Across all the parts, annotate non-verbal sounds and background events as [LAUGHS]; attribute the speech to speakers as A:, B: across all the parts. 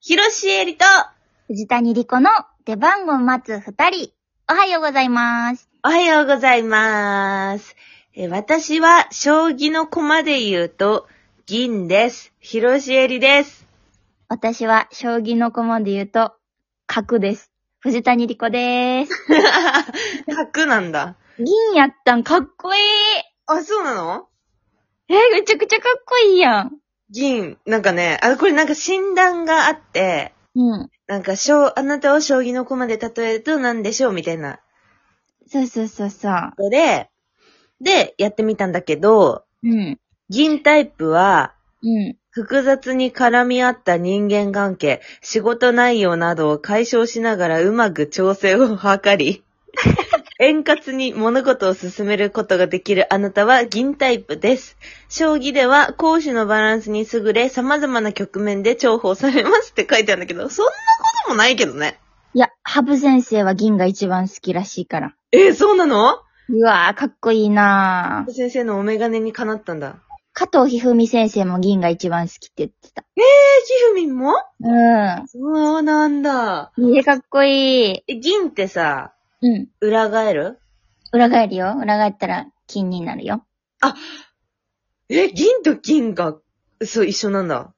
A: ひろしえりと、
B: 藤谷莉子の出番を待つ二人。おはようございます。
A: おはようございます。え私は、将棋の駒で言うと、銀です。ひろしえりです。
B: 私は、将棋の駒で言うと、角です。藤谷莉子でーす。
A: 角なんだ。
B: 銀やったんかっこいい
A: あ、そうなの
B: えー、めちゃくちゃかっこいいやん。
A: 銀、なんかね、あ、これなんか診断があって、
B: うん。
A: なんか、将、あなたを将棋の駒で例えると何でしょうみたいな
B: そうそうそうそう。
A: ので、で、やってみたんだけど、
B: うん。
A: 銀タイプは、
B: うん。
A: 複雑に絡み合った人間関係、仕事内容などを解消しながらうまく調整を図 [LAUGHS] り、円滑に物事を進めることができるあなたは銀タイプです。将棋では攻守のバランスに優れ様々な局面で重宝されますって書いてあるんだけど、そんなこともないけどね。
B: いや、ハブ先生は銀が一番好きらしいから。
A: えーそうなの
B: うわー、かっこいいなー。
A: 先生のお眼鏡にかなったんだ。
B: 加藤一二三先生も銀が一番好きって言ってた。
A: えー、ひふみんも
B: う
A: そうなんだ。
B: ん。いや、かっこいい。
A: え、銀ってさ、
B: うん。
A: 裏返る
B: 裏返るよ。裏返ったら金になるよ。
A: え、銀と金が、そう、一緒なんだ。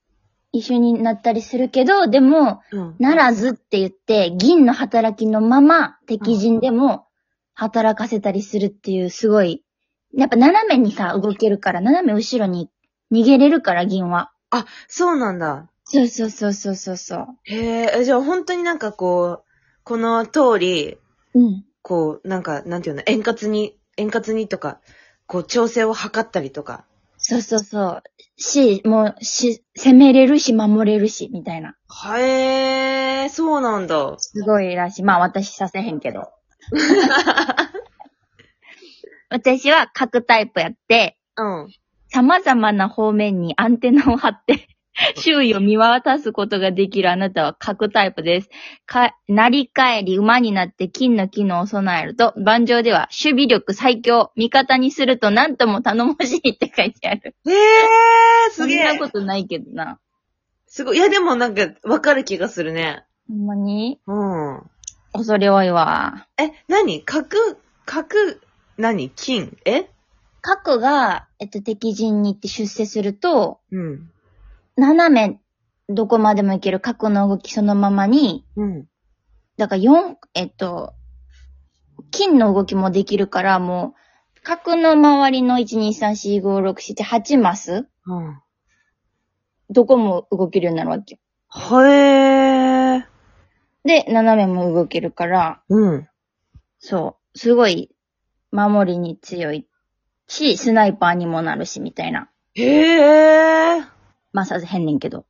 B: 一緒になったりするけど、でも、
A: うん。
B: ならずって言って、銀の働きのまま敵陣でも働かせたりするっていう、すごい、やっぱ斜めにさ、動けるから、斜め後ろに逃げれるから、銀は。
A: あ、そうなんだ。
B: そうそうそうそうそうそう。
A: へえ、えじゃあ本当になんかこう、この通り、
B: うん。
A: こう、なんか、なんていうの、円滑に、円滑にとか、こう、調整を図ったりとか。
B: そうそうそう。し、もう、し、攻めれるし、守れるし、みたいな。
A: はえー、そうなんだ。
B: すごいらしい。まあ私させへんけど。私は各タイプやって、
A: うん。
B: 様々な方面にアンテナを張って、 [LAUGHS] 周囲を見渡すことができるあなたは各タイプです。か、なり返り馬になって金の機能を備えると、盤上では守備力最強、味方にすると何とも頼もしいって書いてある。
A: へえー、すげ
B: そんな
A: え
B: こ。とないけどな。
A: すごい。いや、でもなんか、わかる気がするね。
B: ほんまに
A: うん。
B: 恐れ多いわ。
A: え、何角、角、何金え
B: 角が、えっと、敵陣に行って出世すると、
A: うん。
B: 斜め、どこまでも行ける角の動きそのままに、
A: うん。
B: だから4、えっと、金の動きもできるから、もう、角の周りの1,2,3,4,5,6,7,8マス、
A: うん。
B: どこも動けるようになるわけよ。
A: はえー。
B: で、斜めも動けるから、
A: うん。
B: そう、すごい、守りに強いし、スナイパーにもなるし、みたいな。
A: へえ。
B: まあ、させへんねんけど。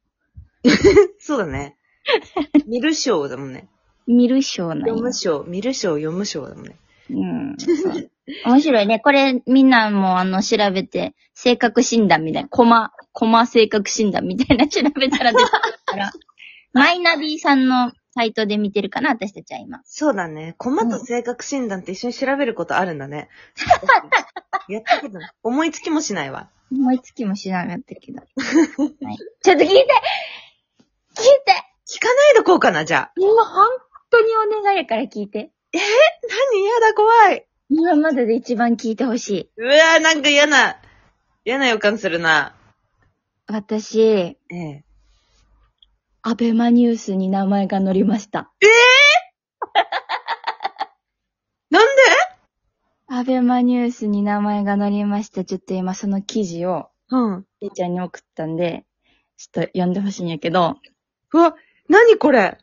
A: そうだね。 [LAUGHS] 見る賞だもんね。
B: 見る賞なんや
A: 読む賞、見る賞、読む賞だもんね。
B: うん。そう面白いね。これ、みんなもあの、調べて、性格診断みたいな、コマ、コマ性格診断みたいな調べたら出てくる [LAUGHS] から、マイナビさんのサイトで見てるかな、私たちは今。
A: そうだね。コマと性格診断って一緒に調べることあるんだ [LAUGHS] ね。やったことない。思いつきもしないわ。
B: 思いつきもしなかったけ [LAUGHS] ど。はい、ちょっと聞いて聞い
A: 聞
B: て
A: かないでこうかな、じゃあ。
B: もう本当にお願いやから聞いて。
A: 何やだ、怖い。
B: 今までで一番聞いてほしい。
A: うわぁ、なんか嫌な、嫌な予感するな。
B: 私、
A: ええ。
B: アベマニュースに名前が載りました。
A: なんで
B: アベマニュースに名前が載りました。ちょっと今その記事を、
A: うん。
B: ていちゃんに送ったんで、ちょっと読んでほしいんやけど、
A: うわ、何これ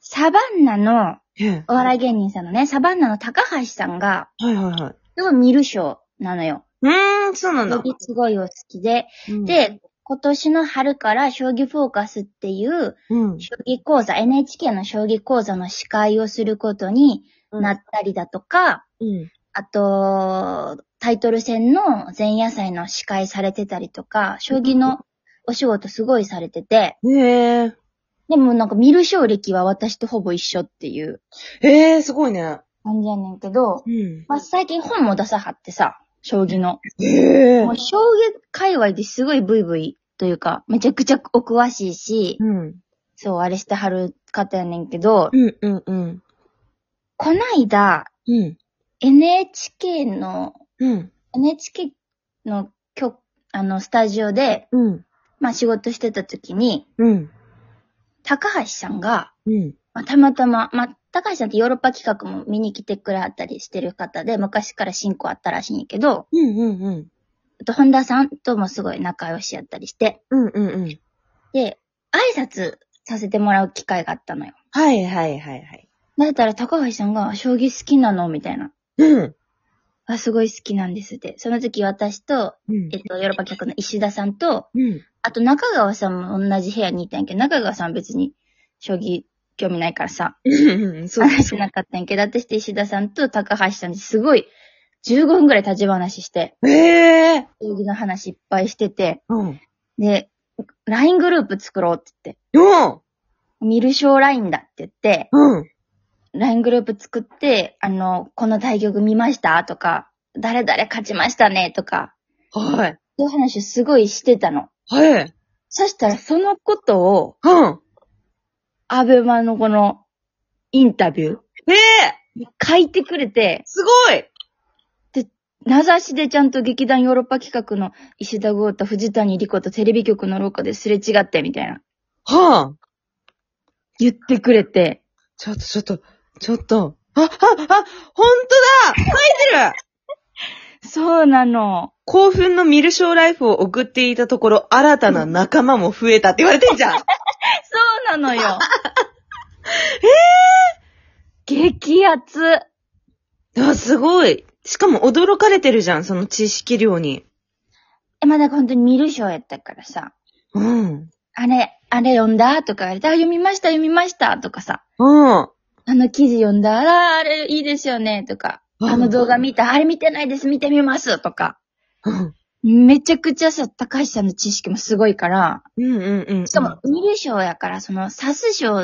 B: サバンナの、
A: ええ。
B: お笑い芸人さんのね、サバンナの高橋さんが、
A: はいはいはい。
B: すごい見る賞なのよ。
A: うーん、そうなんだ。
B: 将棋すごいお好きで。
A: うん、
B: で、今年の春から将棋フォーカスっていう、
A: うん。
B: 将棋講座、NHK の将棋講座の司会をすることになったりだとか、
A: うん。
B: あと、タイトル戦の前夜祭の司会されてたりとか、将棋のお仕事すごいされてて、
A: へえ。
B: でもなんか見る勝歴は私とほぼ一緒っていう
A: ええ、すごいね。
B: 感じやねんけど、
A: うん。
B: まあ、最近本も出さはってさ、将棋の。
A: へえ
B: もう将棋界隈ですごいブイブイというか、めちゃくちゃお詳しいし、
A: うん。
B: そう、あれしてはる方やねんけど、
A: うんうんうん。
B: こないだ、
A: うん。
B: NHK の、
A: うん。
B: NHK の局、あの、スタジオで、
A: うん。
B: まあ仕事してた時に、
A: うん。
B: 高橋さんが、
A: うん。
B: まあ、たまたま、まあ、高橋さんってヨーロッパ企画も見に来てくれはったりしてる方で、昔から親交あったらしいんやけど、
A: うんうんうん。
B: あと本田さんともすごい仲良しやったりして、
A: うんうんうん。
B: で、挨拶させてもらう機会があったのよ。
A: はいはいはいはい。
B: だったら高橋さんが、将棋好きなのみたいな。
A: うん。
B: あ、すごい好きなんですって。その時私と、
A: うん
B: えっと、ヨーロッパ客の石田さんと、
A: うん。
B: あと中川さんも同じ部屋にいたんやけど、中川さんは別に将棋興味ないからさ、
A: うん。そう
B: 話
A: です
B: し。なかったんやけど、私と石田さんと高橋さんですごい15分くらい立ち話して、
A: ええ
B: 将棋の話いっぱいしてて、
A: うん。
B: で、LINE グループ作ろうって言って、
A: うん。
B: 見る賞 LINE だって言って、
A: うん。
B: LINE グループ作って、あの、この対局見ましたとか、誰々勝ちましたねとか、
A: はい。
B: そういう話をすごいしてたの。
A: はい。
B: そしたらそのことを、
A: うん。
B: アベマのこの、インタビュー、
A: ええ
B: 書いてくれて、
A: すごい
B: 名指しでちゃんと劇団ヨーロッパ企画の石田豪太、藤谷莉子とテレビ局の廊下ですれ違って、みたいな。
A: はあ。
B: 言ってくれて、
A: ちょっとちょっと、ちょっと。あ、あ、あ、ほんとだ書いてる
B: そうなの。
A: 興奮の見る将ライフを送っていたところ、新たな仲間も増えたって言われてんじゃん。
B: そうなのよ。えぇ、激アツ。
A: あ、すごい。しかも驚かれてるじゃん、その知識量に。
B: え、まだ本当に見る賞やったからさ、
A: うん。
B: あれ、あれ読んだとか言われて、あ、読みました、読みました、とかさ、
A: うん。
B: あの記事読んだ、あーあれいいですよね、とか、あの動画見た、あれ見てないです、見てみます、とか。
A: うん。
B: めちゃくちゃさ、高橋さんの知識もすごいから、
A: うんうんうん。
B: しかも、見る賞やから、その、刺す賞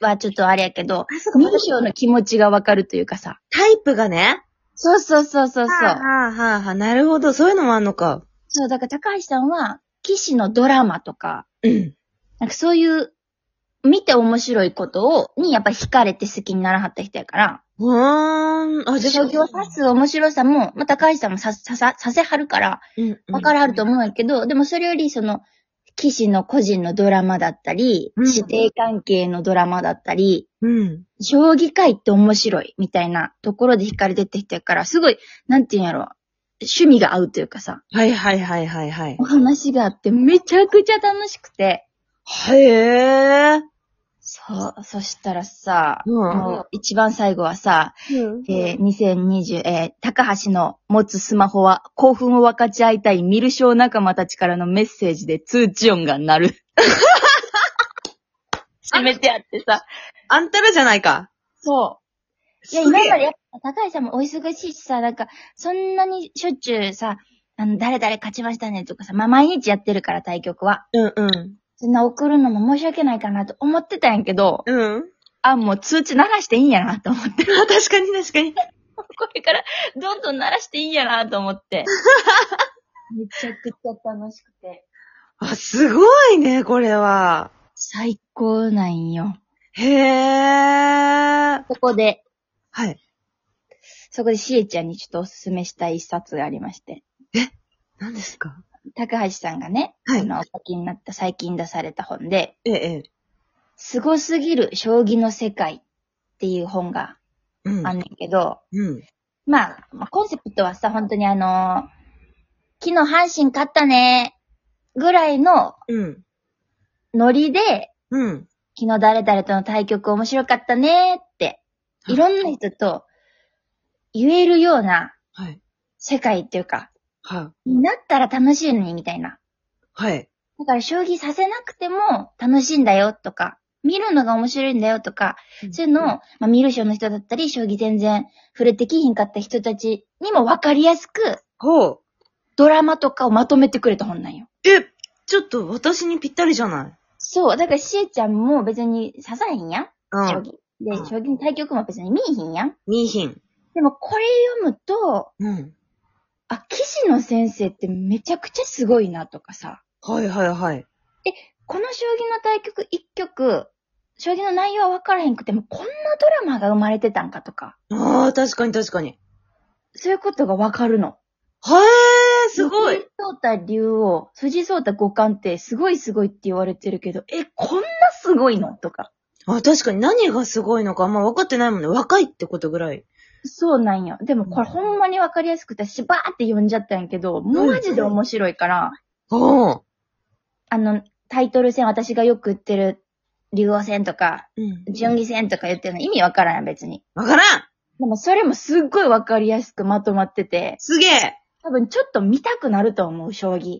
B: はちょっとあれやけど、見る賞の気持ちがわかるというかさ。
A: タイプがね。
B: そうそうそうそうそ
A: はあ。
B: う
A: はあはあはあ、なるほど。そういうのもあんのか。
B: そう、だから高橋さんは、騎士のドラマとか、
A: うん。
B: なんかそういう、見て面白いことを、にやっぱ惹かれて好きにならはった人やから、
A: うーん。あ、じゃ
B: 将
A: あ、
B: 棋を刺す面白さも、まあ、高橋さんも刺す刺さ、刺せはるから、
A: うん。
B: わからはると
A: 思
B: 思うんやけど、でもそれよりその、騎士の個人のドラマだったり、
A: うん
B: 指定関係のドラマだったり、
A: う。うん。
B: 将棋界って面白いみたいなところで惹かれてってきたから、すごい、なんていうんやろ、趣味が合うというかさ、
A: はいはいはいはいはい
B: お。話があってめちゃくちゃ楽しくて、
A: へえ。
B: そう、そしたらさ、
A: うん
B: もう一番最後はさ、
A: うん。
B: えー2020、えー高橋の持つスマホは興奮を分かち合いたいミルショー仲間たちからのメッセージで通知音が鳴る。締め [LAUGHS] てあってさ。
A: あんたらじゃないか。
B: そう。いや、
A: すげえ
B: 今までやっぱ高橋さんもお忙しいしさ、なんか、そんなにしょっちゅうさ、あの、誰々勝ちましたねとかさ、まあ、毎日やってるから対局は。
A: うんうん。
B: そんな送るのも申し訳ないかなと思ってたんやけど、
A: うん。 [LAUGHS]
B: あ、もう通知鳴らしていいんやなと思って。 [LAUGHS]
A: あ確かに確かに。
B: これからどんどん鳴らしていいんやなと思
A: [LAUGHS]
B: って。めちゃくちゃ楽しくて。
A: あ、すごいね、これは。
B: 最高なんよ。
A: へえ。
B: ここで、
A: はい。
B: そこでしえちゃんにちょっとおすすめしたい一冊がありまして。
A: 何ですか
B: 高橋さんがね、
A: はい
B: あの、お書きになった、最近出された本で、
A: ええ。
B: 凄すぎる将棋の世界っていう本が
A: うん
B: あんねんけど、
A: うん。
B: まあ、まあコンセプトはさ、本当にあの昨日阪神勝ったね、ぐらいの
A: うん。
B: ノリで、
A: うん。
B: 昨日誰々との対局面白かったねって、いろんな人と言えるような
A: はい。
B: 世界っていうか、
A: は、
B: になったら楽しいのにみたいな。
A: はい。
B: だから将棋させなくても楽しいんだよとか、見るのが面白いんだよとか、そういうのを、まあ、見る人の人だったり、将棋全然触れてきひんかった人たちにも分かりやすく、
A: ほう。
B: ドラマとかをまとめてくれた本なんよ。
A: え、ちょっと私にぴったりじゃない
B: そう、だからしえちゃんも別に刺さへんやん、
A: う
B: 将
A: ん。
B: 棋。で、
A: うん
B: 将棋の対局も別に見えひんやん。
A: 二品。
B: でもこれ読むと、
A: うん。
B: あ、騎士の先生ってめちゃくちゃすごいなとかさ、
A: はいはいはい。
B: この将棋の対局一曲、将棋の内容は分からへんくても、こんなドラマが生まれてたんかとか、
A: ああ、確かに確かに。
B: そういうことが分かるの。
A: はえー、すごい。
B: 藤井聡太竜王、藤井聡太五冠ってすごいすごいって言われてるけど、え、こんなすごいのとか。
A: あ、確かに何がすごいのかあんま分かってないもんね。若いってことぐらい。
B: そうなんよ。でもこれほんまに分かりやすくて、しばーって読んじゃったんやけど、マジで面白いから、
A: おー。
B: あの、タイトル戦私がよく言ってる、竜王戦とか、
A: うん
B: 順義戦とか言ってるの意味わからんやん、別に。
A: わからん
B: でもそれもすっごいわかりやすくまとまってて、
A: すげえ
B: 多分ちょっと見たくなると思う、将棋。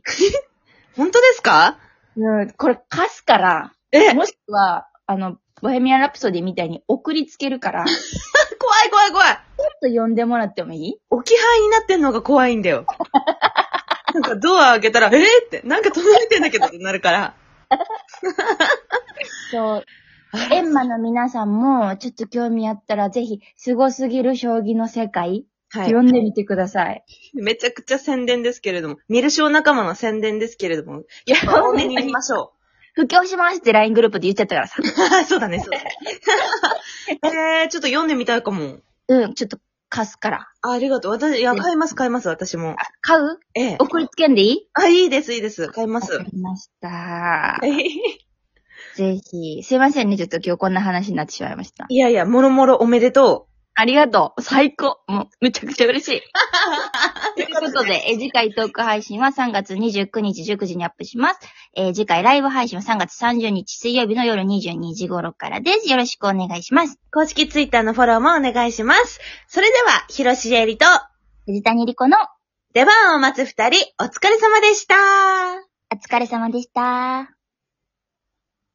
A: 本当ですか
B: うん、これ貸すから、
A: え怖い
B: もしくは、あの、ボヘミアン・ラプソディみたいに送りつけるから、ちょっ
A: 怖い怖い
B: と読んでもらってもいい
A: 置き配になってんのが怖いんだ [LAUGHS] よ。なんかドア開けたら、えー、って、なんか届いてんだけどってなるから。
B: そう。エンマの皆さんも、ちょっと興味あったら、ぜひ、凄すぎる将棋の世界、
A: は
B: 読んでみてください。
A: めちゃくちゃ宣伝ですけれども、ミルショー仲間の宣伝ですけれども、いや、多めに見ましょ
B: 布教しますって LINE グループで言っちゃったからさ。
A: う。そうだね、そうだ [LAUGHS] ね。えー、ちょっと読んでみたいかも。
B: うん、ちょっと貸すから。
A: あありがとう。私、いや、買います、買います、私も。
B: 買う
A: ええ。
B: 送りつけんでいい
A: あ、いいです、いいです。買いま
B: わ
A: す
B: か。りました。
A: えへへ
B: ぜひ。すいませんね、ちょっと今日こんな話になってしまいました。
A: [LAUGHS] いやいや、もろもろおめでと
B: ありがとう。最高。もう、めちゃくちゃ嬉しい。
A: う。
B: ということで、えー次回トーク配信は3月29日19時にアップします。えー次回ライブ配信は3月30日水曜日の夜22時頃からです。よろしくお願いします。
A: 公式ツイッターのフォローもお願いします。それでは、ひろしえりと、
B: 藤谷莉子の
A: 出番を待つ二人、お疲れ様でした。
B: お疲れ様でした。